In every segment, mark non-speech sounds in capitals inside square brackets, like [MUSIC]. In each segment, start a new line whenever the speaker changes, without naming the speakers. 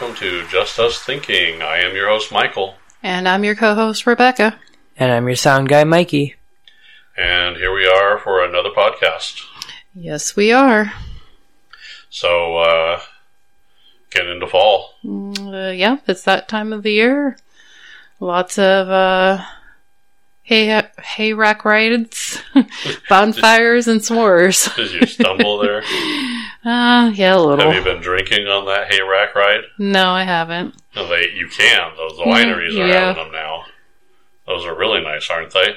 Just Us Thinking. I am your host, Michael.
And I'm your co host, Rebecca.
And I'm your sound guy, Mikey.
And here we are for another podcast.
Yes, we are.
So, uh, getting into fall.
Uh, yeah, it's that time of the year. Lots of uh, hay, hay rack rides, [LAUGHS] bonfires, and s'mores.
Did you stumble
[LAUGHS]
there?
Uh, yeah, a little.
Have you been drinking on that hay rack ride?
No, I haven't.
No, they, you can. Those the wineries are
Mm, yeah.
having them now. Those are really nice, aren't they?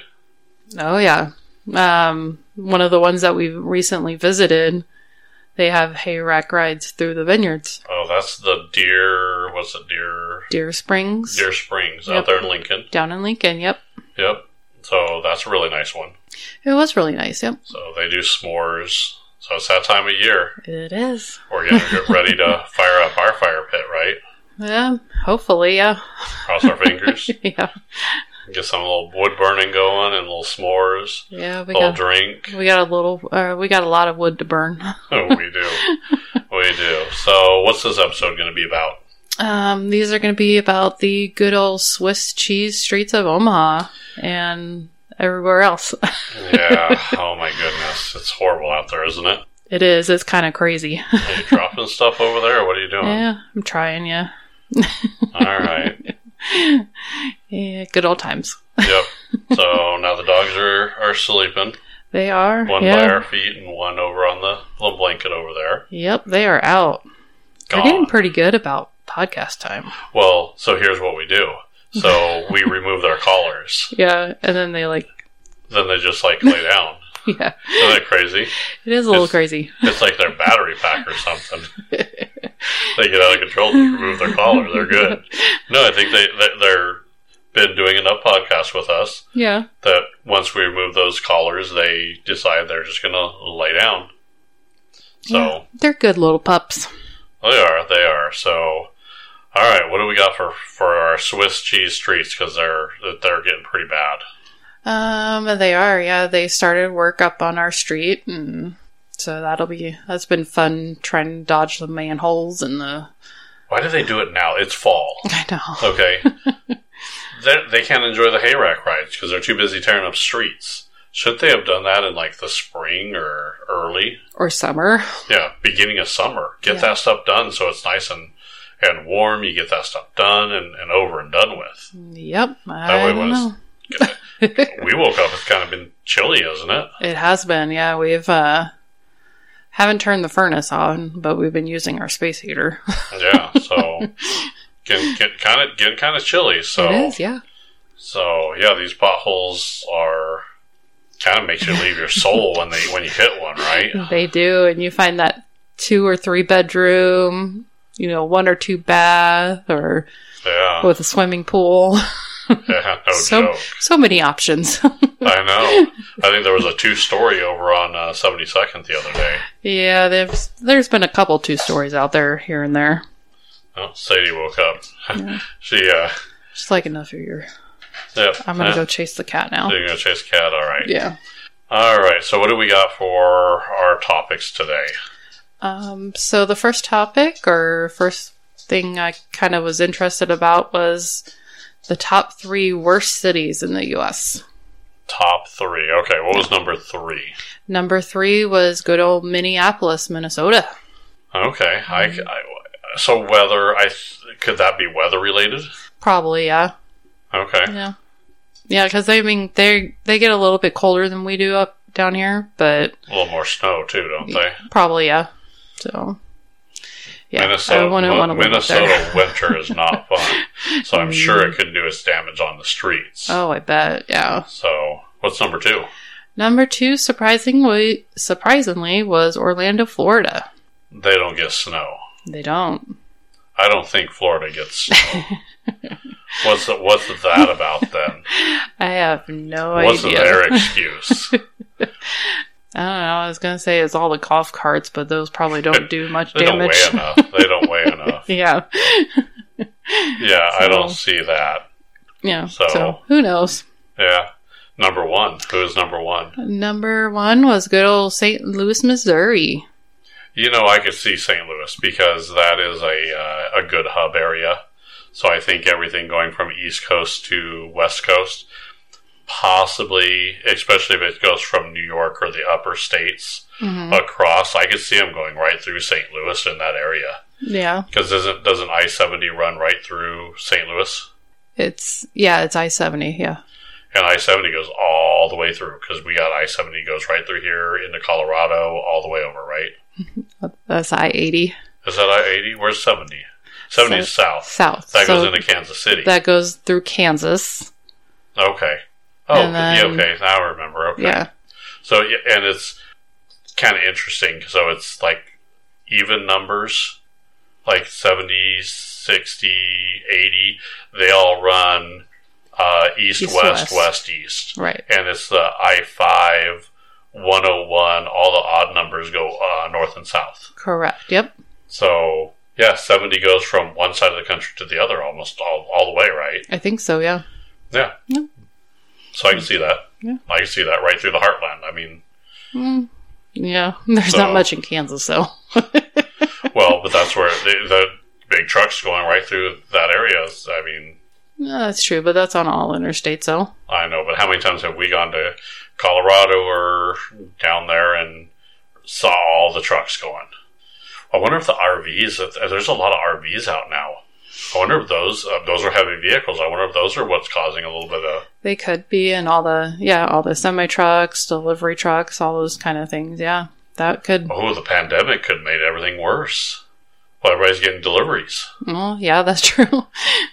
Oh, yeah. Um, one of the ones that we recently visited, they have hay rack rides through the vineyards.
Oh, that's the deer. What's the deer?
Deer Springs,
Deer Springs
Yep.
out there in Lincoln.
down in Lincoln. Yep.
Yep. So that's a really nice one.
It was really nice. Yep.
So they do s'mores. So it's that time of year.
It is.
We're gonna get ready to fire up our fire pit, right?
Yeah, hopefully, yeah. [LAUGHS]
Cross our fingers.
yeah.
Get some little wood burning going and little s'mores.
Yeah, we
little
got [LAUGHS]
drink.
we got a little uh, we got a lot of wood to burn.
Oh, we do. we do. So what's this episode gonna be about?
Um, these are going to be about the good old Swiss cheese streets of Omaha and everywhere else. [LAUGHS]
Yeah. oh my goodness. It's horrible out there, isn't it?
it is. It's kind of crazy.
Are you dropping stuff over there? What are you doing?
yeah, I'm trying. Yeah.
All right.
Yeah, good old times.
Yep. So now the dogs are, are sleeping.
They are.
One
yeah.
by our feet and one over on the little blanket over there.
Yep, they are out. They're
Gone.
getting pretty good about podcast time.
Well, so here's what we do. So we remove their collars.
Yeah, and then they like [LAUGHS]
Then they just like lay down.
yeah.
Isn't that crazy?
It is a little
It's-
crazy.
It's like their battery pack or something. they get out of control. Just remove their collar. They're good. No, I think they, they they're been doing enough podcasts with us
Yeah.
that once we remove those collars, they decide they're just gonna lay down. So. oh,
Yeah. They're good little pups.
They are. They are. So, all right. What do we got for for our Swiss cheese treats? Because they're they're getting pretty bad.
Um, they are. Yeah, they started work up on our street, and so that'll be that's been fun trying to dodge the manholes and the.
Why do they do it now? It's fall.
[LAUGHS] I know.
Okay. [LAUGHS] they they can't enjoy the hay rack rides because they're too busy tearing up streets. Should they have done that in like the spring or early?
Or summer.
Yeah, beginning of summer. Get
Yeah.
that stuff done so it's nice and and warm. You get that stuff done and, and over and done with.
Yep.
way
I
it
don't
was-
know.
We woke up. It's kind of been chilly, isn't it?
It has been. Yeah, we've uh haven't turned the furnace on, but we've been using our space heater. [LAUGHS]
yeah, so getting get kind of getting kind of chilly. So
it is. Yeah.
so yeah, these potholes are kind of makes you leave your soul when they when you hit one, right?
[LAUGHS] They do, and you find that two or three bedroom, you know, one or two bath, or
Yeah,
with a swimming pool. [LAUGHS]
[LAUGHS] yeah no
so
Oh, joke.
so many options. [LAUGHS]
I know. I think there was a two story over on Seventy Second the other day.
Yeah, there's there's been a couple two stories out there here and there.
Oh, Sadie woke up.
Yeah.
[LAUGHS] she uh,
Just like enough of your.
yep.
I'm gonna
Eh,
go chase the cat now.
so [LAUGHS] You're gonna chase cat. All right.
Yeah.
All right. So what do we got for our topics today?
Um. So the first topic or first thing I kind of was interested about was the top three worst cities in the U.S.
Top three. Okay. What was number three?
Number three was good old Minneapolis, Minnesota.
Okay. I, I- so weather. I th- could that be weather related?
Probably, yeah,
Okay.
yeah, yeah. Because I mean, they they get a little bit colder than we do up down here, but
A little more snow too, don't they?
Probably, yeah. So, yeah,
Minnesota,
I wouldn't
Min-
want to live up there. [LAUGHS]
Minnesota winter is not fun. So I'm sure it could do its damage on the streets.
Oh, I bet. Yeah.
So what's number two?
Number two, surprisingly, surprisingly, was Orlando, Florida.
They don't get snow.
They don't.
I don't think Florida gets
[LAUGHS]
snow. what's the, what's that about then?
I have no
what's
idea.
their
[LAUGHS]
excuse?
I don't know. I was gonna say it's all the golf carts, but those probably don't do
[LAUGHS]
much
They
damage.
don't weigh enough. They don't weigh enough.
[LAUGHS] yeah,
Yeah, I don't
So-
see that.
yeah.
So-
So. who knows?
Yeah. Number one. Who is number one?
Number one was good old St. Louis, Missouri.
You know, I could see St. Louis because that is a uh, a good hub area. So I think everything going from East Coast to West Coast, possibly, especially if it goes from New York or the upper states
Mhm.
across, I could see them going right through St. Louis in that area.
Yeah.
Because doesn't doesn't I seventy run right through St. Louis?
It's, yeah, it's I 70. Yeah.
And I seventy goes all the way through because we got I seventy goes right through here into Colorado all the way over. Right?
That's I 80
Is that I eighty? Where's seventy? Seventy is south.
south.
That
So
goes into Kansas City.
that goes through Kansas.
okay. Oh,
And then-
yeah, okay. Now I remember. Okay.
Yeah.
So yeah, and it's kind of interesting. So it's like even numbers, like 70, 60, 80. They all run uh, east,
East,
west,
west.
west, east.
Right.
and it's the I 5, 101, all the odd numbers go uh, north and south.
Correct. Yep.
So, yeah, 70 goes from one side of the country to the other almost all, all the way, right?
I think so. Yeah.
Yeah.
Yep.
So I can see that.
Yeah.
I can see that right through the heartland. I mean,
Mm. Yeah. [LAUGHS] There's
So-
not much in Kansas, though.
well, but that's where the, the big trucks going right through that area. Is, I mean,
No, that's true, but that's on all interstates, though.
I know, but how many times have we gone to Colorado or down there and saw all the trucks going? I wonder if the RVs. if- There's a lot of RVs out now. I wonder if those uh, those are heavy vehicles. I wonder if those are what's causing a little bit of.
They could be, and all the yeah, all the semi trucks, delivery trucks, all those kind of things. Yeah, that could.
Oh, the pandemic could have made everything worse. Well, everybody's getting deliveries,
Well, yeah, [LAUGHS] that's true. [LAUGHS]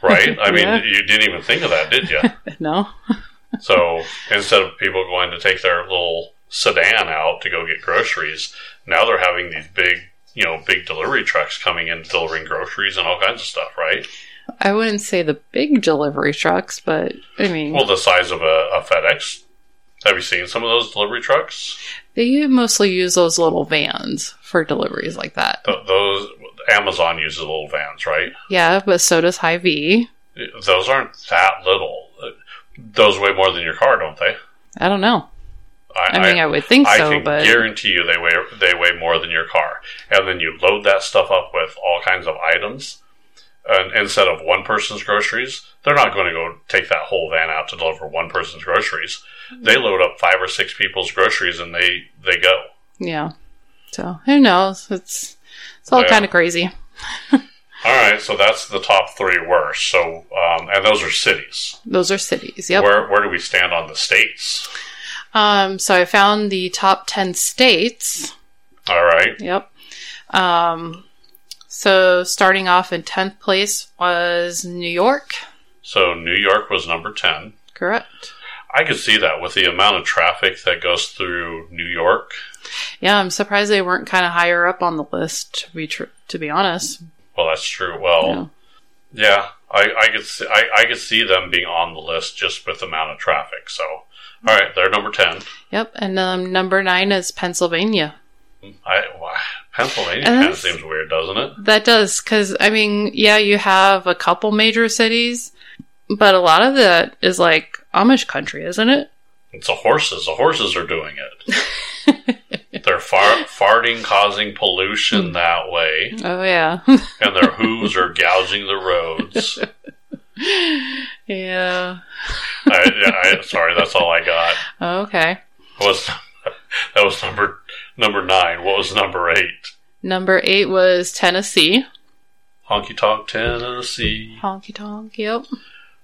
right? I mean,
Yeah.
you didn't even think of that, did you?
no, [LAUGHS]
So instead of people going to take their little sedan out to go get groceries, now they're having these big, you know, big delivery trucks coming in delivering groceries and all kinds of stuff, right?
I wouldn't say the big delivery trucks, but I mean,
Well, the size of a, a FedEx. Have you seen some of those delivery trucks?
they mostly use those little vans for deliveries like that.
Th- those Amazon uses little vans, right?
Yeah, but so does High V.
Those aren't that little. Those weigh more than your car, don't they?
I don't know. I, mean, I would think
I
so,
can
but
guarantee you they weigh they weigh more than your car. And then you load that stuff up with all kinds of items. And instead of one person's groceries, they're not going to go take that whole van out to deliver one person's groceries. They
Mm-hmm.
load up five or six people's groceries and they they go.
yeah. So who knows? It's it's all
Yeah.
kind of crazy.
All right, so that's the top three worst. So, um, and those are cities.
Those are cities. Yep.
Where where do we stand on the states?
Um, so I found the top 10 states.
All right,
Yep. Um, so starting off in 10th place was New York.
so New York was number ten.
Correct.
I could see that with the amount of traffic that goes through New York.
Yeah, I'm surprised they weren't kind of higher up on the list, to be, tr- to be honest.
Well, that's true. Well, yeah, I, I could see, I, I could see them being on the list just with the amount of traffic. So, all right, they're number ten.
Yep. And um, number nine is Pennsylvania.
I why- Pennsylvania
And
kind of
that's-
seems weird, doesn't it?
That does, because, I mean, yeah, you have a couple major cities, but a lot of that is like Amish country, isn't it?
It's the horses. The horses are doing it. they're far, farting, causing pollution that way,
Oh, yeah.
and their hooves are gouging the roads.
[LAUGHS] yeah. Oh,
I, I, sorry, that's all I got.
Okay.
Was that was number number nine? What was number eight?
Number eight was Tennessee.
Honky Tonk, Tennessee.
Honky tonk, yep.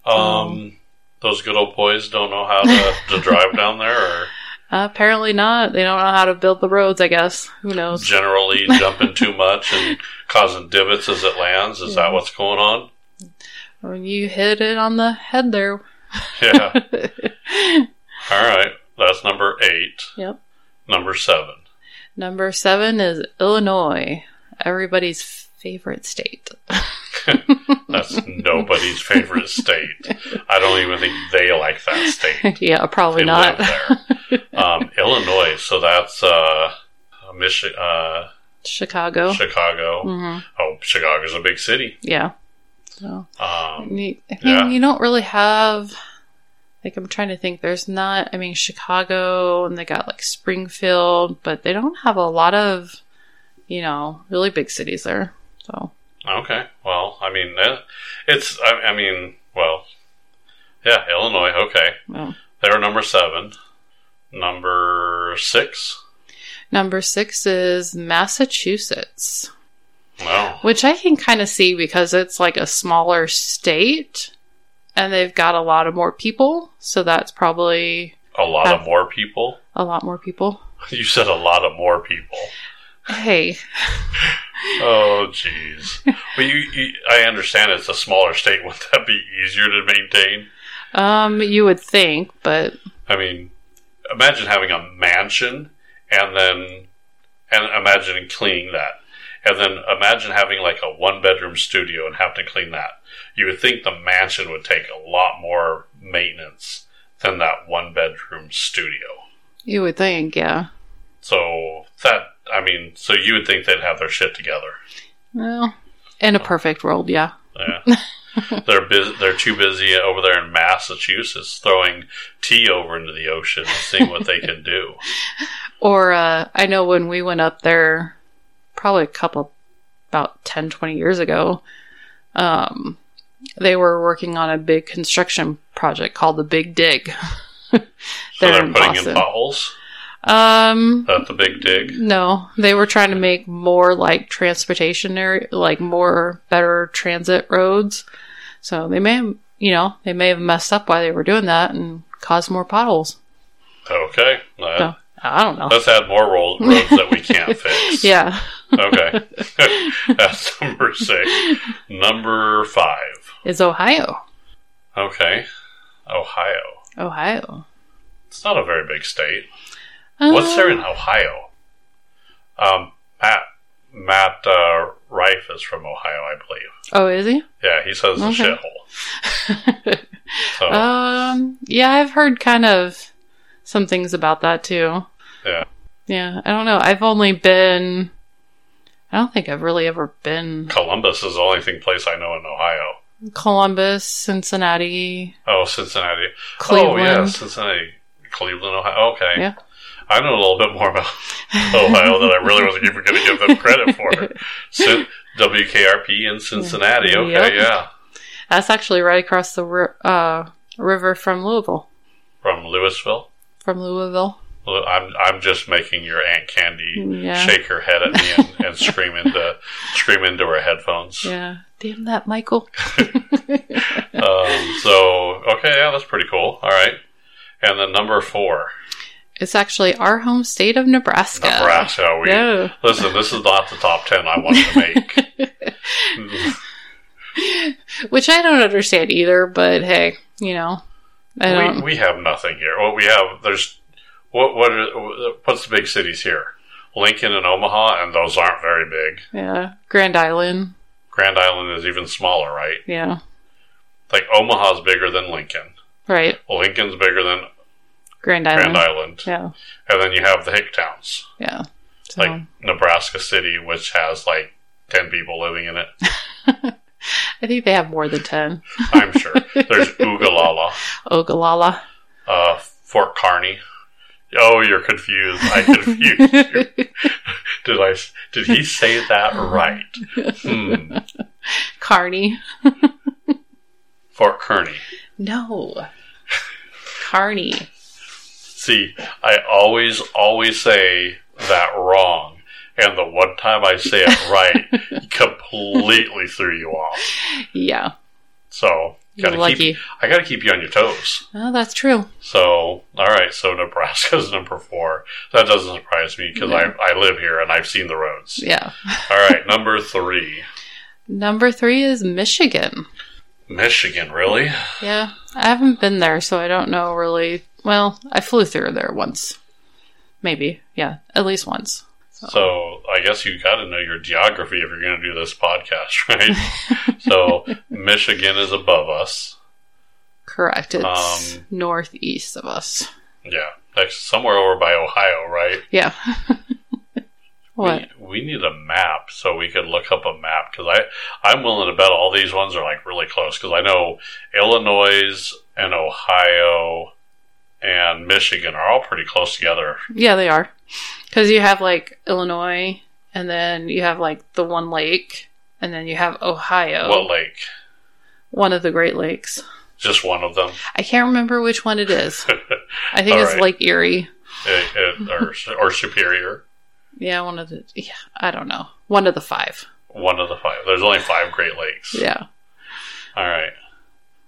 Um,
Um,
those good old boys don't know how to, to
[LAUGHS]
drive down there, or
apparently not. They don't know how to build the roads, I guess. Who knows?
generally jumping too much and causing divots as it lands. Is that what's going on?
When Oh, you hit it on the head there. [LAUGHS]
Yeah. All right. That's number eight.
Yep.
Number seven.
Number seven is Illinois, everybody's favorite state. [LAUGHS]
That's nobody's favorite state. I don't even think they like that state.
yeah, probably
They
not. [LAUGHS]
live there. Um, Illinois. So that's uh, Michi- uh,
Chicago.
Chicago.
Oh. hmm
Oh, Chicago's a big city.
Yeah. So, I
Um,
mean, I mean,
Yeah.
you don't really have. Like, I'm trying to think. There's not, I mean, Chicago and they got like Springfield, but they don't have a lot of you know, really big cities there. So
Okay. Well, I mean, eh, it's. I, I mean, well, yeah, Illinois. Okay,
well.
they're number seven. Number six.
number six is Massachusetts,
Wow.
which I can kind of see because it's like a smaller state, and they've got a lot of more people. So that's probably
A lot of more people. [LAUGHS]
a lot more people.
You said a lot of more people.
Hey,
Oh, jeez. but you, you, I understand it's a smaller state. [LAUGHS] Would that be easier to maintain?
um, you would think, but
I mean, imagine having a mansion and then, and imagine cleaning that. And then imagine having like a one bedroom studio and having to clean that. You would think the mansion would take a lot more maintenance than that one bedroom studio.
you would think, yeah.
So that, I mean, so you would think they'd have their shit together.
Well, in a perfect world, yeah.
Yeah. they're busy, they're too busy over there in Massachusetts throwing tea over into the ocean and seeing what they can do.
Or uh, I know when we went up there, probably a couple, about 10, 20 years ago, um, they were working on a big construction project called the Big Dig. [LAUGHS]
So
They're
they're,
in
putting
Boston.
in potholes.
Um,
That's a big dig.
no, they were trying to make more like transportation area, like more better transit roads. So they may, have, you know, they may have messed up while they were doing that and caused more potholes.
Okay. That-
So I don't know.
Let's add more roll- roads that we
[LAUGHS]
can't fix.
Yeah. [LAUGHS]
Okay. That's number six. Number five.
Is Ohio.
Okay. Ohio.
Ohio.
It's not a very big state. What's there in Ohio? Um, Matt Matt uh, Rife is from Ohio, I believe.
Oh, is he?
Yeah, he says the
Okay.
shithole.
[LAUGHS]
so
Um, yeah, I've heard kind of some things about that too.
Yeah.
Yeah, I don't know. I've only been. I don't think I've really ever been
Columbus is the only thing place I know in Ohio.
Columbus, Cincinnati,
Oh, Cincinnati.
Cleveland.
Oh yeah, Cincinnati, Cleveland, Ohio. Okay.
Yeah.
I know a little bit more about [LAUGHS] Ohio than I really wasn't even going to give them credit for. Cin- WKRP in Cincinnati. Okay,
Yep.
yeah,
That's actually right across the ri- uh, river from Louisville.
from Louisville.
From Louisville.
Well, I'm I'm just making your Aunt Candy
Yeah.
shake her head at me and, and scream
[LAUGHS]
into scream into her headphones.
Yeah. Damn that, Michael.
Um, so okay, yeah, that's pretty cool. All right, and then number four,
It's actually our home state of Nebraska.
Nebraska. We
Yeah.
listen. This is not the top ten I wanted to make.
[LAUGHS] Which I don't understand either, but hey, you know. I don't.
we, we have nothing here. What we have there's what what are, what's the big cities here? Lincoln and Omaha, and those aren't very big.
yeah. Grand Island.
Grand Island is even smaller, right?
Yeah.
Like Omaha's bigger than Lincoln.
Right.
Lincoln's bigger than
Grand Island.
Grand Island,
Yeah. Uh-huh.
and then you have the Hick towns,
Yeah. So,
like Nebraska City, which has like ten people living in it.
I think they have more than 10.
I'm sure. There's Oogalala,
Ogallala.
uh, Fort Kearney. Oh, you're confused. I
[LAUGHS]
confused you. did I? Did he say that right? Hmm.
Carney.
Fort Kearney.
No. Carney.
See, I always, always say that wrong. And the one time I say
[LAUGHS]
it right, completely threw you off.
Yeah.
So,
You're
gotta
lucky.
keep, I gotta keep you on your toes.
Oh, that's true.
So, all right. So Nebraska's [LAUGHS] number four. That doesn't surprise me because I, I live here and I've seen the roads.
Yeah.
All right, number three,
Number three is Michigan.
Michigan. Really?
Yeah. I haven't been there, so I don't know really. Well, I flew through there once. Maybe. Yeah. At least once.
So I guess you got to know your geography if you're going to do this podcast, [LAUGHS] right?
[LAUGHS]
so Michigan is above us.
Correct. It's
Um,
northeast of us.
Yeah, next somewhere over by Ohio, right?
Yeah. [LAUGHS] what?
We, we need a map so we could look up a map because I I'm willing to bet all these ones are like really close because I know Illinois and Ohio and Michigan are all pretty close together.
Yeah, they are. Because you have like Illinois and then you have like the one lake, and then you have Ohio,
What lake?
one of the Great Lakes.
Just one of them.
I can't remember which one
[LAUGHS]
it is. I think it's
Alright.
Lake Erie.
Eh,
[LAUGHS]
eh, or, or Superior.
Yeah, one of the. Yeah, I don't know. One of the five.
One of the five. There's only five Great Lakes.
Yeah.
All right.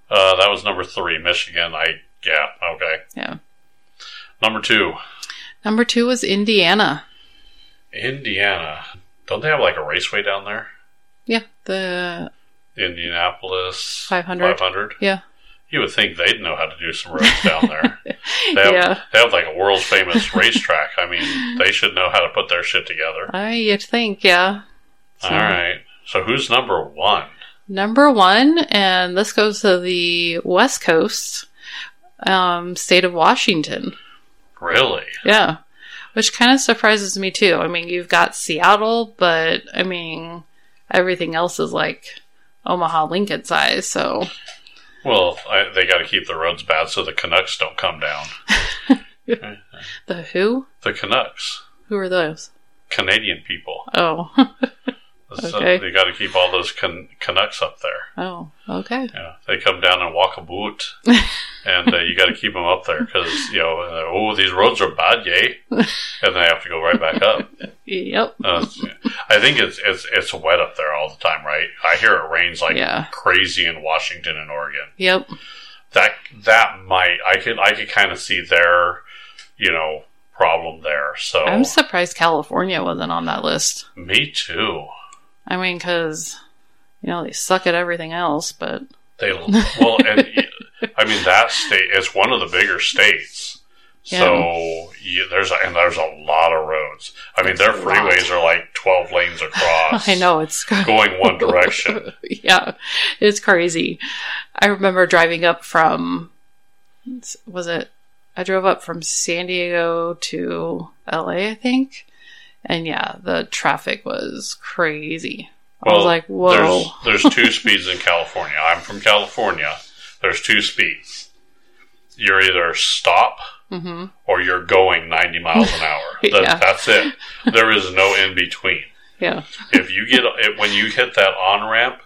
Uh, that was number three, Michigan. I yeah okay.
Yeah.
Number two,
Number two was Indiana.
Indiana. Don't they have like a raceway down there?
Yeah, the
Indianapolis
500.
500.
yeah,
You would think they'd know how to do some roads down
[LAUGHS]
there. They have,
yeah.
they have like a world famous racetrack. I mean, they should know how to put their shit together.
I you'd think, yeah. So,
All right. So who's number one?
Number one, and this goes to the West Coast, um, state of Washington.
Really?
Yeah. Which kind of surprises me too. I mean, you've got Seattle, but I mean, everything else is like Omaha Lincoln size. So,
Well, I, they got to keep the roads bad so the Canucks don't come down.
the who?
The Canucks,
Who are those?
Canadian people.
Oh, [LAUGHS]
So
Okay.
they got to keep all those can- Canucks up there.
oh, okay.
Yeah, they come down and walk a
[LAUGHS]
boot, and uh, you got to keep them up there because you know, uh, oh, these roads are bad,
[LAUGHS]
yay, and they have to go right back up.
Yep.
Uh, I think it's it's it's wet up there all the time, right? I hear it rains like
Yeah.
crazy in Washington and Oregon.
Yep.
That that might I could I could kind of see their you know problem there. So
I'm surprised California wasn't on that list.
me too.
I mean, because, you know, they suck at everything else, but
They well, and I mean that state is one of the bigger states. So you, there's a, and there's a lot of roads. I mean, their
That's a lot.
freeways are like twelve lanes across.
[LAUGHS] I know it's
going one
[LAUGHS]
direction.
yeah, it's crazy. I remember driving up from, was it, I drove up from San Diego to LA, I think. And yeah, the traffic was crazy. I
Well,
was like, whoa. [LAUGHS]
There's there's two speeds in California. I'm from California. There's two speeds. You're either stop
hmm
or you're going 90 miles an
[LAUGHS]
hour. That,
Yeah.
That's it. There is no in between.
Yeah.
If you get if, when you hit that on ramp,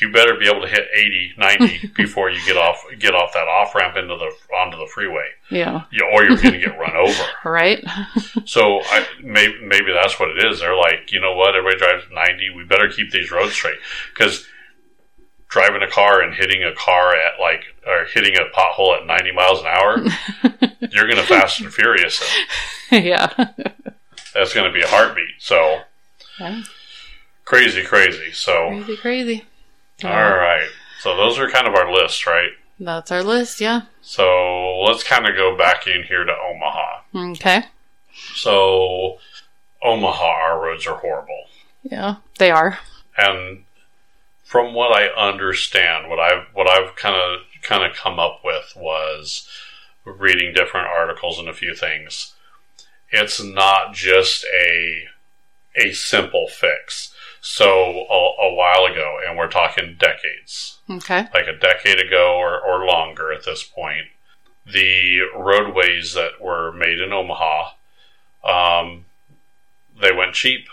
you better be able to hit 80, 90 before you get off get off that off ramp into the onto the freeway,
Yeah.
You- or you're going to get run over.
Right? [LAUGHS]
So I, maybe, maybe that's what it is. They're like, you know what? Everybody drives 90. We better keep these roads straight because driving a car and hitting a car at like or hitting a pothole at 90 miles an hour, you're going to fast and furious. It.
yeah.
That's going to be a heartbeat. So
Yeah.
crazy, crazy. So
Crazy, crazy.
all right. So those are kind of our lists, right?
That's our list. Yeah.
So let's kind of go back in here to Omaha.
Okay.
So Omaha, our roads are horrible.
Yeah. They are.
and from what I understand, what I've what I've kind of kind of come up with was reading different articles and a few things. It's not just a a simple fix. So a, a while ago, and we're talking decades,
Okay.
like a decade ago or, or longer at this point, the roadways that were made in Omaha, um, they went cheap.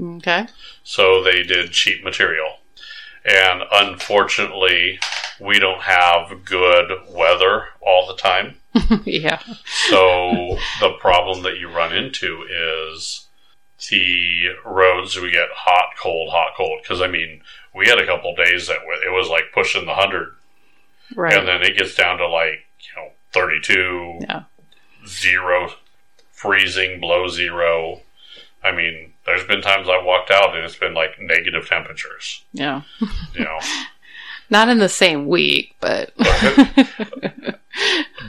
Okay. [LAUGHS]
So they did cheap material. And unfortunately, we don't have good weather all the time.
yeah.
So the problem that you run into is the roads we get hot, cold, hot, cold. Because, I mean, we had a couple days that wa- it was like pushing the 100,
Right.
and then it gets down to like, you know, 32,
Yeah.
zero, freezing, below zero. I mean, there's been times I've walked out and it's been like negative temperatures
yeah.
you know, [LAUGHS]
Not in the same week, but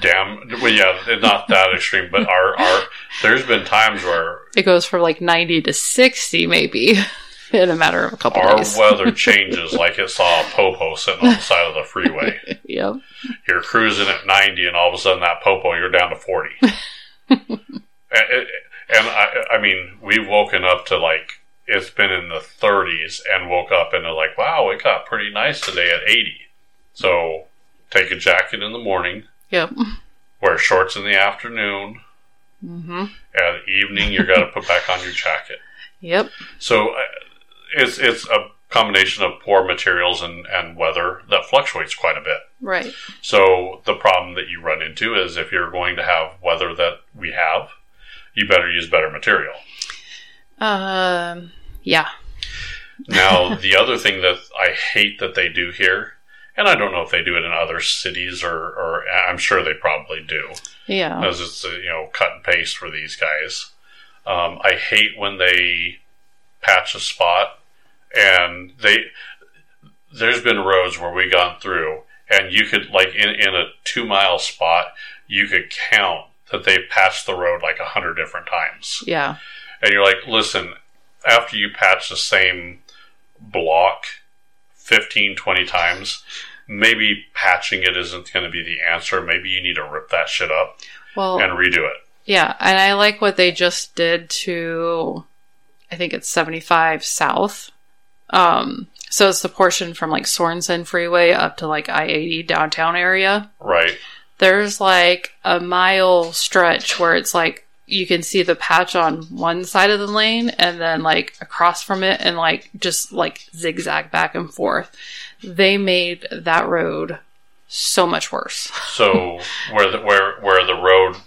damn. Well, yeah, it's not that extreme, but our our there's been times where
it goes from like 90 to 60 maybe [LAUGHS] in a matter of a couple
our
days.
weather changes like it saw a popo sitting on the side of the freeway.
Yep.
You're cruising at 90, and all of a sudden that popo, you're down to 40. and it- and I, I mean, we've woken up to like it's been in the 30s, and woke up and they're like, wow, it got pretty nice today at 80. So take a jacket in the morning,
Yep.
wear shorts in the afternoon.
hmm
at evening you got to put back on your jacket
Yep.
So uh, it's it's a combination of poor materials and, and weather that fluctuates quite a bit.
Right.
So the problem that you run into is if you're going to have weather that we have, you better use better material.
Um. Yeah.
Now, the other thing that I hate that they do here, and I don't know if they do it in other cities or, or I'm sure they probably do,
Yeah.
as it's uh, you know cut and paste for these guys. Um, I hate when they patch a spot and they. There's been roads where we gone through, and you could like in in a two mile spot, you could count that they patched the road like a hundred different times
Yeah.
and you're like, listen, after you patch the same block 15, 20 times, maybe patching it isn't going to be the answer. Maybe you need to rip that shit up
Well.
and redo it.
Yeah, and I like what they just did to, I think it's 75 South. Um, so it's the portion from like Sorensen Freeway up to like I 80 downtown area.
Right.
There's like a mile stretch where it's like you can see the patch on one side of the lane and then like across from it and like just like zigzag back and forth. They made that road so much worse. [LAUGHS]
So where the, where where the road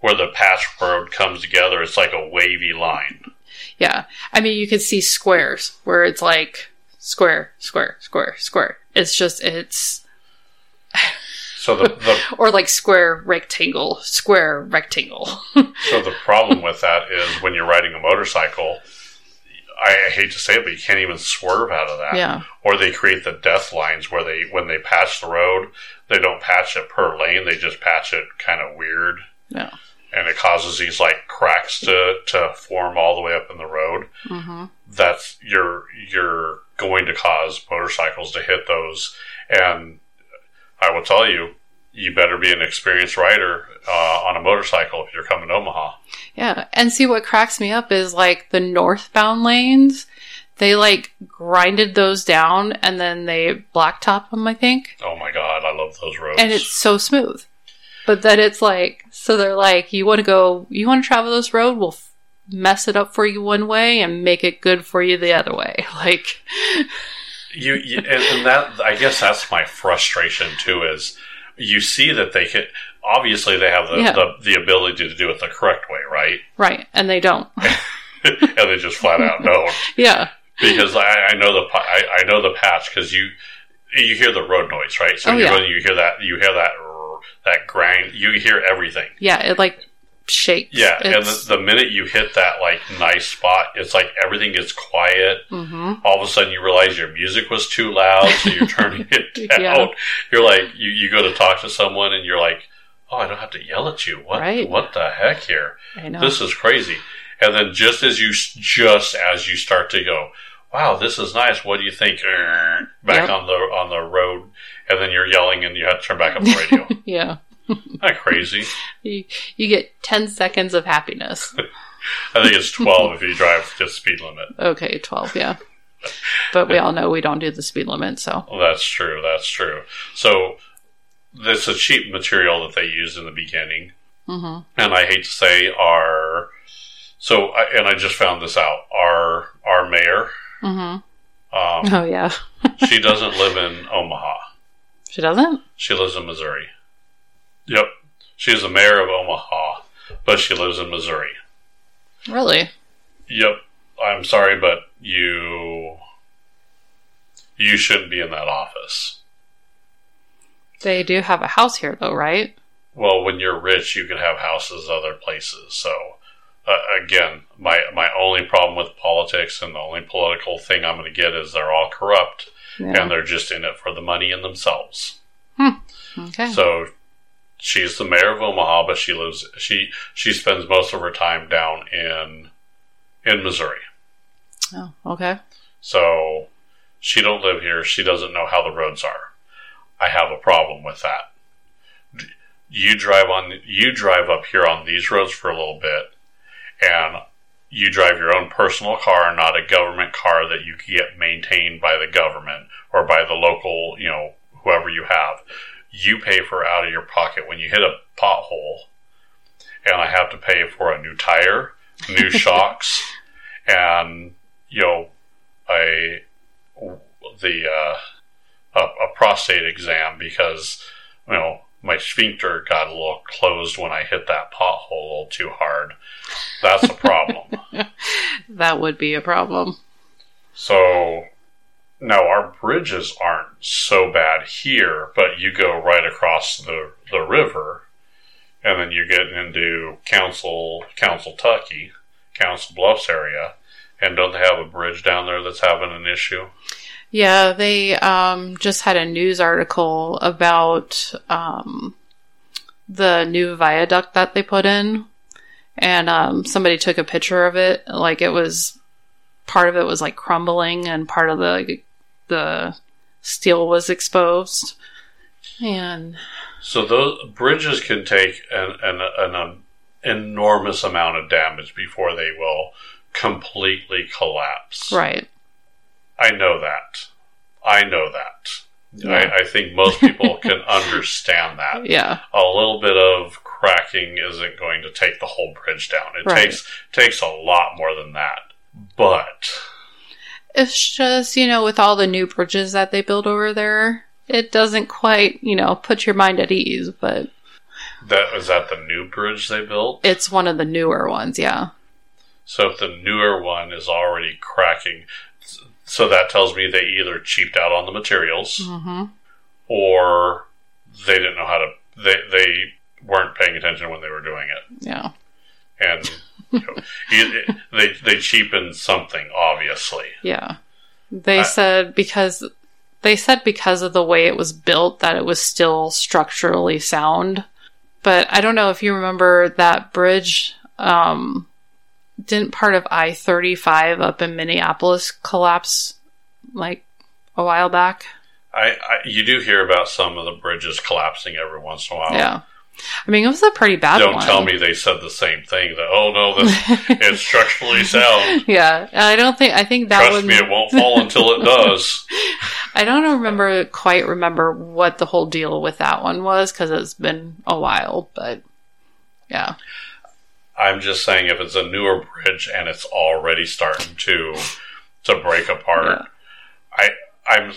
where the patch road comes together, it's like a wavy line.
Yeah. I mean, you could see squares where it's like square, square, square, square. It's just, it's,
So the, the
or like square, rectangle, square, rectangle.
So the problem with that is when you're riding a motorcycle, I hate to say it, but you can't even swerve out of that.
Yeah.
Or they create the death lines where they when they patch the road, they don't patch it per lane, they just patch it kind of weird.
Yeah.
And it causes these like cracks to, to form all the way up in the road.
hmm
That's you're you're going to cause motorcycles to hit those. And I will tell you, you better be an experienced rider uh, on a motorcycle if you're coming to Omaha.
Yeah. And see what cracks me up is like the northbound lanes, they like grinded those down and then they blacktop them, I think.
Oh my god, I love those roads.
and it's so smooth. But then it's like, so they're like, you want to go, you want to travel this road, we'll f- mess it up for you one way and make it good for you the other way. [LAUGHS] Like,
you, you and, and that I guess that's my frustration too is you see that they can obviously they have the,
Yeah.
the, the ability to do it the correct way, right? [LAUGHS]
right. And they don't.
and they just flat
[LAUGHS]
out don't
yeah.
because I, I know the pa- I, I know the patch because you you hear the road noise, right? So
Oh,
you
yeah.
go and you hear that you hear that r- that grind, you hear everything.
Yeah. It like shakes.
Yeah, and
It's,
the, the minute you hit that like nice spot, it's like everything gets quiet.
hmm
all of a sudden you realize your music was too loud, so you're turning it down.
[LAUGHS] Yeah.
You're like, you, you go to talk to someone and you're like, oh, I don't have to yell at you. What,
Right.
what the heck here?
I know.
This is crazy. And then just as you, just as you start to go, wow, this is nice. What do you think? [LAUGHS] Err, Back
Yep.
on the, on the road. And then you're yelling and you have to turn back up the radio.
yeah.
Isn't that crazy?
You, you get 10 seconds of happiness.
I think it's 12 if you drive just speed limit.
Okay. 12. Yeah. But we all know we don't do the speed limit. So,
Well, That's true. That's true. So that's a cheap material that they used in the beginning.
hmm
and I hate to say our so I, and I just found this out our our mayor
hmm
um,
[LAUGHS] Oh, yeah.
she doesn't live in Omaha
She doesn't?
she lives in Missouri yep she's the mayor of Omaha but she lives in Missouri
Really?
yep I'm sorry but you you shouldn't be in that office
They do have a house here, though, right?
well when you're rich you can have houses other places so uh, again my my only problem with politics and the only political thing I'm going to get is they're all corrupt and they're just in it for the money and themselves.
Okay.
So she's the mayor of Omaha, but she lives she she spends most of her time down in in Missouri.
oh, okay.
So she don't live here. She doesn't know how the roads are. I have a problem with that. D- You drive on you drive up here on these roads for a little bit, and you drive your own personal car, not a government car that you get maintained by the government or by the local, you know, whoever you have. You pay for out of your pocket when you hit a pothole, and I have to pay for a new tire, new shocks, and you know, a the uh, a, a prostate exam because you know my sphincter got a little closed when I hit that pothole a little too hard. That's a problem.
That would be a problem.
so now our bridges aren't so bad here, but you go right across the the river, and then you get into Council Council Tucky, Council Bluffs area, and don't they have a bridge down there that's having an issue?
Yeah, they um, just had a news article about um, the new viaduct that they put in, and um, somebody took a picture of it. Like it was part of it was like crumbling, and part of the the steel was exposed. And
So those bridges can take an, an, an, um, enormous amount of damage before they will completely collapse.
right,
I know that. I know that.
Yeah.
I, I think most people can [LAUGHS] understand that.
yeah,
A little bit of cracking isn't going to take the whole bridge down. It
Right.
takes takes a lot more than that. But
it's just you know with all the new bridges that they build over there, it doesn't quite you know put your mind at ease, but
that is that the new bridge they built.
it's one of the newer ones. Yeah,
So if the newer one is already cracking, so that tells me they either cheaped out on the materials.
hmm
or they didn't know how to they they weren't paying attention when they were doing it
yeah.
and you know, [LAUGHS] it- it- they they cheapened something obviously
Yeah. They
I-
said because they said because of the way it was built that it was still structurally sound. But I don't know if you remember that bridge um didn't part of I-35 up in Minneapolis collapse like a while back?
I, I you do hear about some of the bridges collapsing every once in a while
Yeah. I mean, it was a pretty bad
Oh. don't
one.
tell me they said the same thing that oh no this it's
[LAUGHS]
structurally sound
[LAUGHS] yeah, I don't think I think that
trust
one
me it won't fall until
[LAUGHS]
it does
I don't remember quite remember what the whole deal with that one was because it's been a while, but yeah,
i'm just saying if it's a newer bridge and it's already starting to to break apart
Yeah.
I'm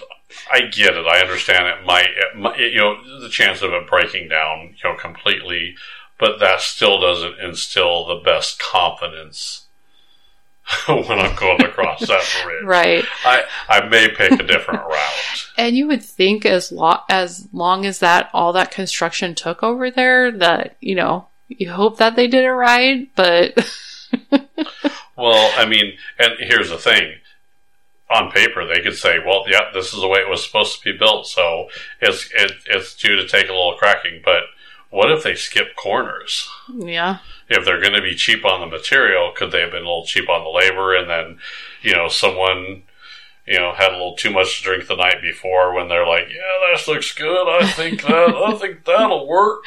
I get it. I understand it. My, it might- you know the chance of it breaking down you know completely, but that still doesn't instill the best confidence [LAUGHS] when I'm going across that bridge.
right.
I I may pick a different route.
And you would think as lo- as long as that all that construction took over there, that you know, you hope that they did it right, but [LAUGHS]
Well, I mean, and here's the thing. On paper, they could say, "Well, yeah, this is the way it was supposed to be built, so it's it, it's due to take a little cracking." But what if they skip corners?
yeah,
if they're going to be cheap on the material, could they have been a little cheap on the labor? And then, you know, someone, you know, had a little too much to drink the night before when they're like, yeah, that looks good. I think that, I think that'll work.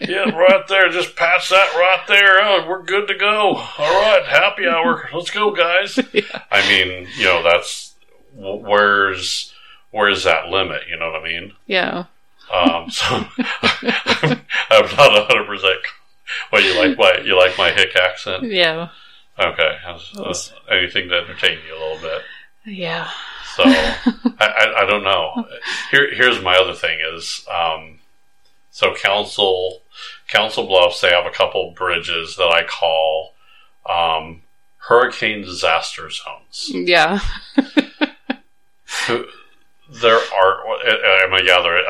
Yeah, right there. Just patch that right there. Oh, we're good to go. All right. Happy hour. Let's go, guys. I mean, you know, that's wh- where's, where's that limit? You know what I mean?
yeah,
Um, so [LAUGHS] I'm, I'm not hundred percent. Well, you like my you like my hick accent?
yeah,
Okay, uh, that's- that's anything to entertain you a little bit.
yeah,
So I, I, I don't know. Here here's my other thing is um, so council council bluffs they have a couple bridges that I call um, hurricane disaster zones.
yeah,
Their art, I'm a gather. I,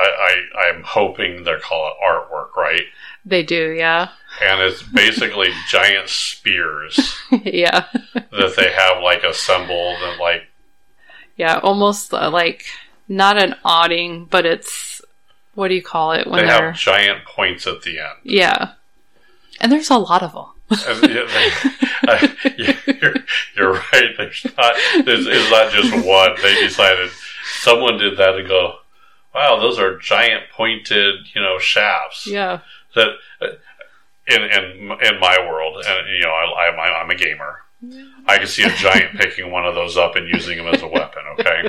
I I'm hoping they're calling it artwork, right?
they do, yeah, [LAUGHS]
and it's basically giant spears
yeah,
that they have like assembled and like
yeah, almost uh, like not an awning, but it's what do you call it when
they
they're
have giant points at the end.
yeah, and there's a lot of them.
And, yeah, they- I- you're, you're right. There's not. There's, it's not just one. They decided someone did that and go, "Wow, those are giant pointed, you know, shafts."
Yeah,
That in in in my world, and you know, I, I'm I'm a gamer. I can see a giant
[LAUGHS]
picking one of those up and using them as a weapon. Okay.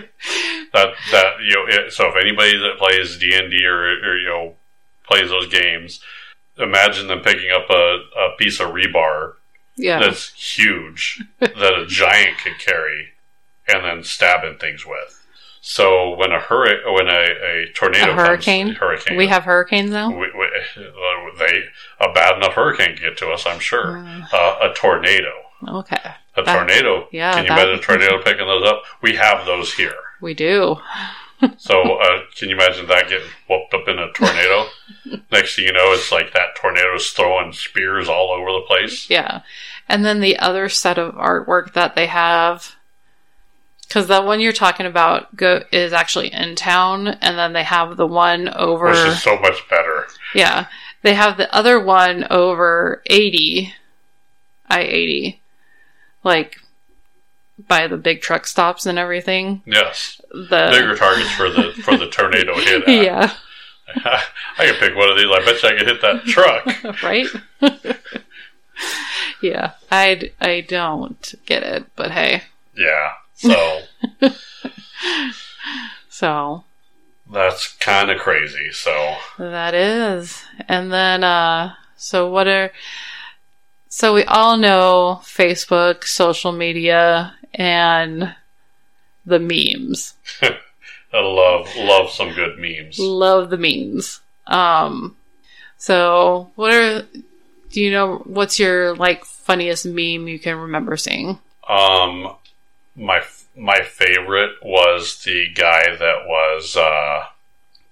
that that you know it, so if anybody that plays D and D or or you know plays those games, imagine them picking up a, a piece of rebar
Yeah.
that's huge that a giant could carry and then stab in things with. So when a hurri- when a, a tornado
A hurricane?
comes, hurricane
We have hurricanes now?
we, we, uh, they a bad enough hurricane can get to us, I'm sure.
Uh,
Uh, a tornado,
Oh, okay.
a
That-
tornado.
yeah,
can you
that-
imagine a tornado picking those up? We have those here.
We do. [LAUGHS]
So uh, can you imagine that getting whooped up in a tornado? Next thing you know, it's like that tornado's throwing spears all over the place.
Yeah. And then the other set of artwork that they have cuz that one you're talking about go, is actually in town and then they have the one over
Which is so much better.
Yeah. They have the other one over 80, I 80, like by the big truck stops and everything.
Yes, bigger
The.
targets for the for the tornado
[LAUGHS]
hit. At.
Yeah,
[LAUGHS] I could pick one of these. I bet you I could hit that
[LAUGHS]
truck.
right? yeah, I, I don't get it, but hey.
Yeah. So
So
that's kind of crazy. So
that is. And then, uh, so what are. So we all know Facebook, social media, and the memes.
I love love some good memes.
Love the memes. Um, so what are do you know what's your like funniest meme you can remember seeing?
Um, my my favorite was the guy that was uh,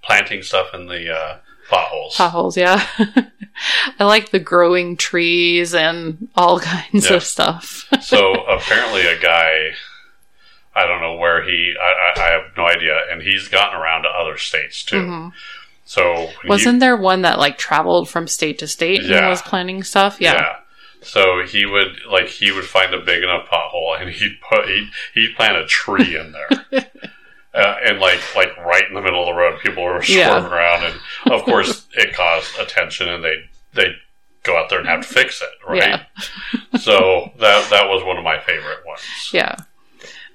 planting stuff in the uh, potholes.
Potholes, yeah. [LAUGHS] I like the growing trees and all [LAUGHS] kinds
Yeah.
of stuff.
[LAUGHS] so apparently, a guy. I don't know where he. I, I, I have no idea, and he's gotten around to other states too.
Mhm.
So when he-
Wasn't there one that like traveled from state to state and
Yeah.
was planning stuff? Yeah.
So he would like he would find a big enough pothole and he'd put he'd, he'd plant a tree in
[LAUGHS]
there. Uh, and like like right in the middle of the road, people were swarming
Yeah.
around, and of course it caused attention, and they they go out there and have to fix it, right? so that that was one of my favorite ones.
Yeah.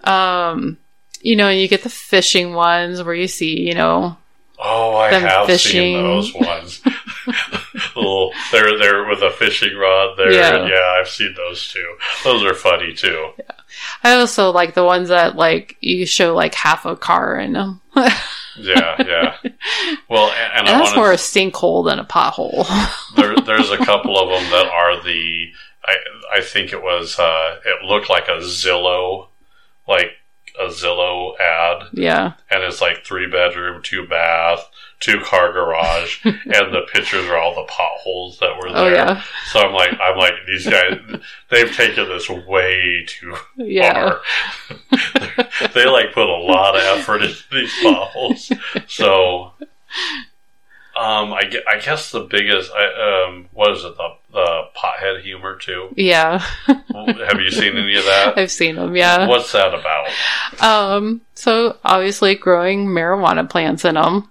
Um, you know, you get the fishing ones where you see, you know,
Oh, I
Them
have
fishing.
seen those
[LAUGHS]
ones. Little, they're there with a fishing rod there.
Yeah.
Yeah. yeah, I've seen those too. Those are funny too.
I also like the ones that like you show like half a car in them.
Yeah, yeah. Well, and, and I
That's more a
want
sinkhole than a pothole.
[LAUGHS]
[LAUGHS]
there, there's a couple of them that are the. I I think it was. Uh, it looked like a Zillow, like a Zillow ad,
yeah.
and it's like three bedroom, two bath, two car garage,
[LAUGHS]
and the pictures are all the potholes that were there.
Oh yeah.
So I'm like, I'm like these guys. They've taken this way too
Yeah.
are. [LAUGHS] they like put a lot of effort into [LAUGHS] these bottles. So, um, I, gue- I guess the biggest, I, um, what is it? The, the pothead humor too.
Yeah.
Have you seen any of that?
I've seen them. Yeah.
What's that about? [LAUGHS]
Um so obviously growing marijuana plants in them,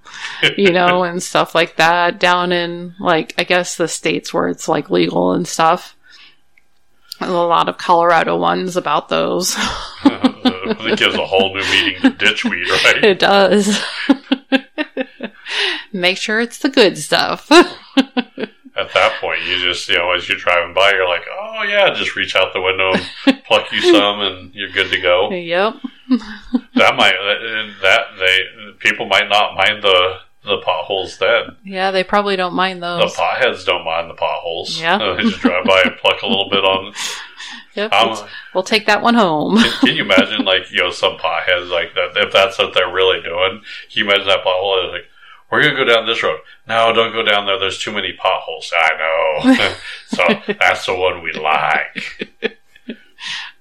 you know, and stuff like that down in like I guess the states where it's like legal and stuff. And a lot of Colorado ones about those. [LAUGHS]
it gives a whole new meaning to ditchweed, right?
it does. [LAUGHS] Make sure it's the good stuff. [LAUGHS]
At that point, you just, you know, as you're driving by, you're like, oh yeah, just reach out the window and pluck you some and you're good to go.
yep.
that might uh, that they people might not mind the the potholes then.
Yeah, they probably don't mind
The
those.
potheads don't mind the potholes.
Yeah.
Uh, [LAUGHS] they just drive by and pluck a little bit
[LAUGHS]
on.
Yep.
Um,
We'll take that one home. [LAUGHS]
can, can you imagine like you know some potheads like that if that's what they're really doing? Can you imagine that pothole is like. We're gonna go down this road. No, don't go down there. There's too many potholes.
[LAUGHS]
I know. so that's the one we like.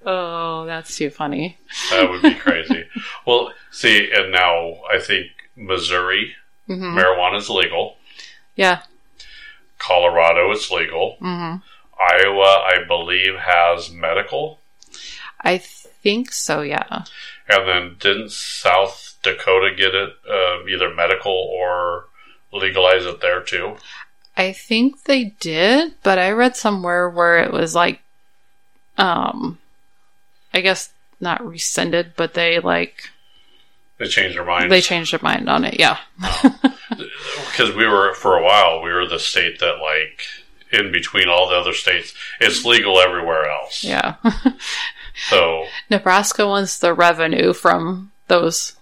Oh, that's too funny.
That would be crazy. well, see, and now I think Missouri
hmm
marijuana is legal.
Yeah.
Colorado is legal.
hmm
Iowa, I believe, has medical.
I think so. Yeah.
And then didn't South Dakota get it um, either medical or legalize it there too?
I think they did, but I read somewhere where it was like, um, I guess not rescinded, but they like
They changed their mind.
they changed their mind on it. Yeah.
Because we were, for a while, we were the state that, like, in between all the other states. It's legal everywhere else.
Yeah. [LAUGHS]
So [LAUGHS]
Nebraska wants the revenue from those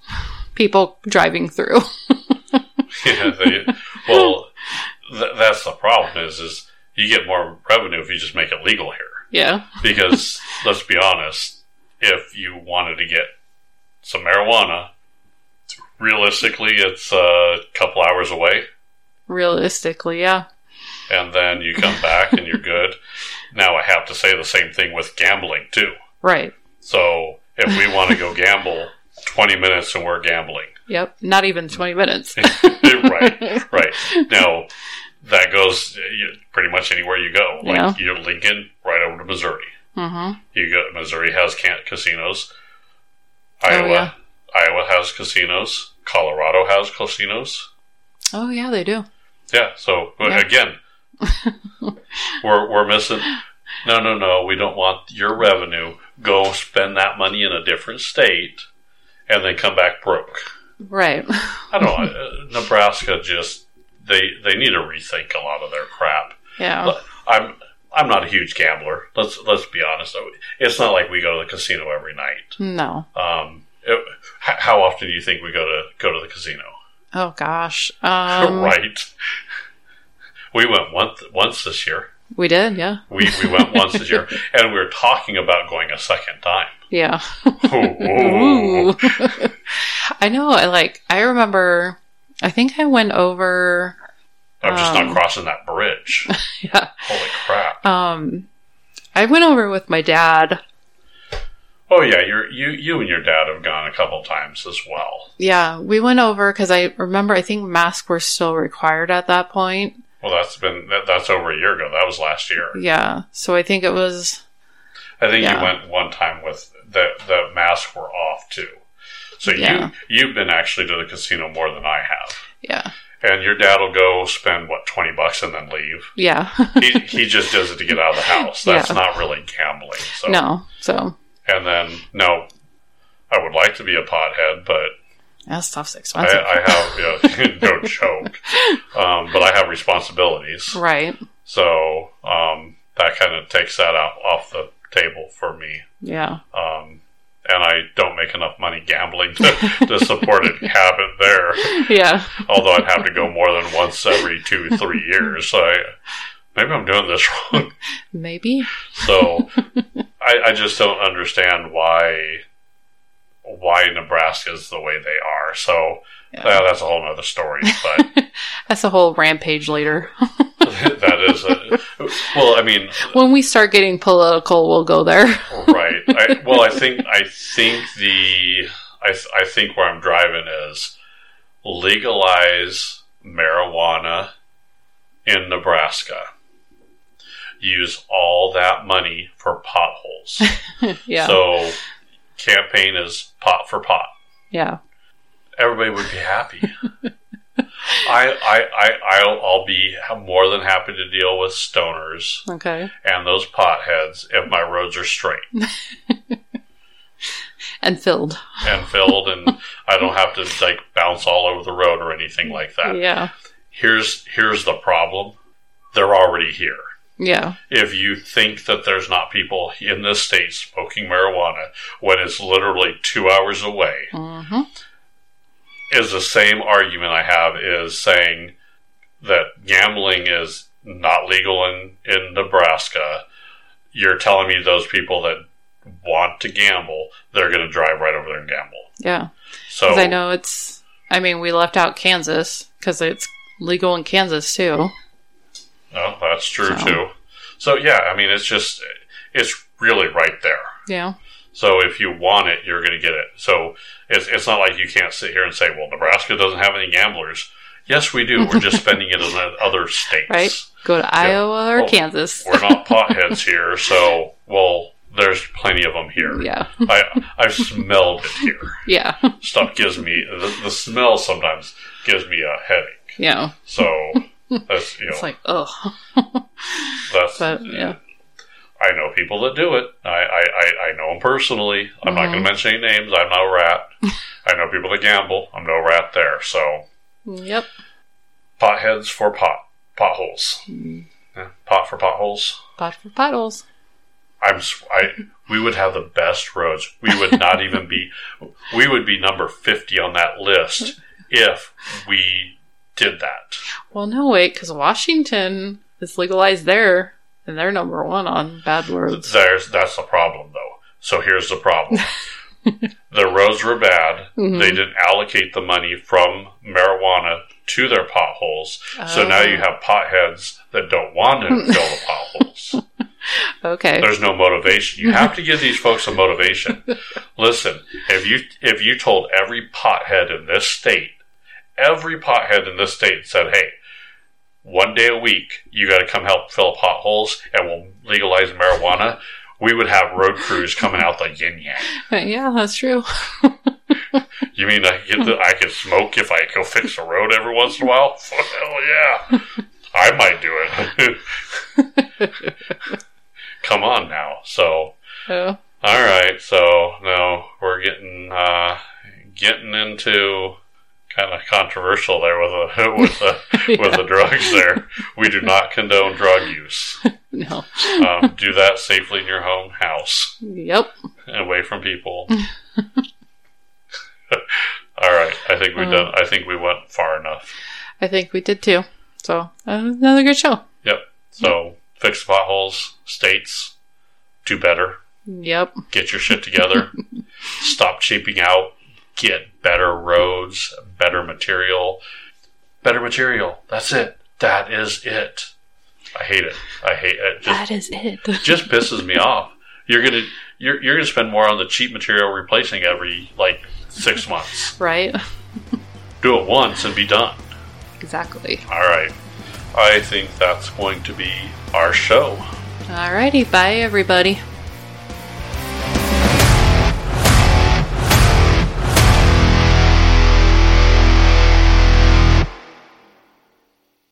people driving through. [LAUGHS]
yeah, they, well, th- that's the problem. Is is you get more revenue if you just make it legal here.
yeah.
because let's be honest, if you wanted to get some marijuana, realistically, it's a couple hours away,
Realistically, yeah.
and then you come back and you're good. Now I have to say the same thing with gambling too.
Right.
So if we want to go gamble, twenty minutes and we're gambling, [LAUGHS]
Yep. Not even 20 minutes. [LAUGHS]
right? Right now. That goes uh, you- pretty much anywhere you go. Like
Yeah.
you're Lincoln, right over to Missouri.
hmm
You go. Missouri has can- casinos.
Oh,
Iowa,
yeah.
Iowa has casinos. Colorado has casinos.
Oh, yeah, they do.
Yeah. So but
Yeah. [LAUGHS]
again, we're we're missing. No, no, no. We don't want your revenue. Go spend that money in a different state, and then come back broke.
Right.
I
[LAUGHS]
don't know. uh, Nebraska just they they need to rethink a lot of their crap.
Yeah.
I'm I'm not a huge gambler. Let's let's be honest. It's not like we go to the casino every night.
No.
Um, it- h- how often do you think we go to go to the casino?
Oh, gosh.
[LAUGHS]
Um,
right. We went once once this year.
We did, yeah.
We we
[LAUGHS]
went once this year, and we were talking about going a second time.
Yeah.
Ooh.
[LAUGHS] Ooh. [LAUGHS] I know. I like, I remember, I think I went over,
I'm just
Um.
not crossing that bridge.
[LAUGHS] yeah.
Holy crap!
Um, I went over with my dad.
Oh yeah, you're, you you and your dad have gone a couple times as well.
Yeah, we went over because I remember I think masks were still required at that point.
Well, that's been that, that's over a year ago. That was last year.
Yeah, so I think it was
I think
Yeah.
you went one time with the the masks were off too. So
Yeah.
you you've been actually to the casino more than I have.
yeah,
And your dad will go spend what twenty bucks and then leave.
yeah, [LAUGHS]
He he just does it to get out of the house. That's
Yeah.
not really gambling. So
no. So
and then no, I would like to be a pothead, but
that stuff's
I,
expensive,
I have you know, [LAUGHS] no joke.
[LAUGHS]
Um, but I have responsibilities,
right?
so um, that kind of takes that off off the table for me.
Yeah,
um, and I don't make enough money gambling to, to support a habit there.
yeah,
Although I'd have to go more than once every two, three years. So I, maybe I'm doing this wrong.
maybe.
So I, I just don't understand why why Nebraska's the way they are. So
Yeah.
uh, that's a whole nother story. But
[LAUGHS]
[LAUGHS]
That's a whole rampage later.
that is a, well. I mean,
When we start getting political, we'll go there. [LAUGHS]
right. I, well, I think I think the I th- I think where I'm driving is legalize marijuana in Nebraska. Use all that money for potholes.
yeah,
So campaign is pot for pot.
yeah,
Everybody would be happy. I, I, I, I'll, I'll be more than happy to deal with stoners
okay.
and those potheads if my roads are straight.
And filled.
and filled and I don't have to like bounce all over the road or anything like that.
Yeah,
Here's here's the problem. They're already here.
yeah,
If you think that there's not people in this state smoking marijuana when it's literally 2 hours away
hmm
is the same argument I have is saying that gambling is not legal in in Nebraska. You're telling me those people that want to gamble, they're going to drive right over there and gamble.
yeah.
So
Because I know it's. I mean, we left out Kansas because it's legal in Kansas too.
Oh, that's true
So-
too. So yeah, I mean, it's just it's really right there.
Yeah,
So if you want it, you're going to get it. So it's it's not like you can't sit here and say, well, Nebraska doesn't have any gamblers. Yes, we do. We're just
[LAUGHS]
spending it in other states.
right. Go to Iowa or
Oh,
Kansas.
We're not potheads here, so well, there's plenty of them here.
Yeah,
I I've smelled it here.
yeah, [LAUGHS]
Stuff gives me the, the smell sometimes gives me a headache.
yeah.
So
[LAUGHS]
that's you know
It's like, oh,
that's
but yeah,
I know people that do it. I I, I, I know them personally. I'm not
Mhm.
going to mention any names. I'm no rat. I know people that gamble. I'm no rat there. So
yep.
potheads for pot potholes.
Mm.
Yeah, pot for potholes.
Pot for potholes.
I'm s- I we would have the best roads. We would not even be we would be number 50 on that list if we did that.
Well, no, wait, because Washington is legalized there, and they're number one on bad roads.
There's that's the problem though. So here's the problem. the roads were bad.
Mhm.
They didn't allocate the money from marijuana to their potholes. So now
Oh.
you have potheads that don't want to fill the potholes.
Okay.
There's no motivation. You have to give these folks a motivation. Listen, if you if you told every pothead in this state, every pothead in this state said, "Hey, one day a week you got to come help fill potholes, and we'll legalize marijuana," we would have road crews coming out the yin yang.
[LAUGHS] yeah, that's true.
You mean I get the, I could smoke if I go fix a road every once in a while? [LAUGHS] Hell yeah, I might do it. [LAUGHS] come on now, so.
Yeah.
All right, so now we're getting uh, getting into kind of controversial there with the [LAUGHS] with the with the drugs. There, we do not condone drug use.
No.
Um, do that safely in your home house,
Yep.
away from people. [LAUGHS] All right, I think we done. I think we went far enough.
I think we did too. So, uh, another good show.
So fix the potholes, states, do better.
Yep.
get your shit together, stop cheaping out, get better roads, better material, better material. That's it. That is it. I hate it. I hate it. Just,
that is it. [LAUGHS]
just pisses me off. You're gonna you're you're gonna spend more on the cheap material replacing every like six months.
right?
Do it once and be done.
Exactly.
All right. I think that's going to be our show.
Alrighty. Bye, everybody.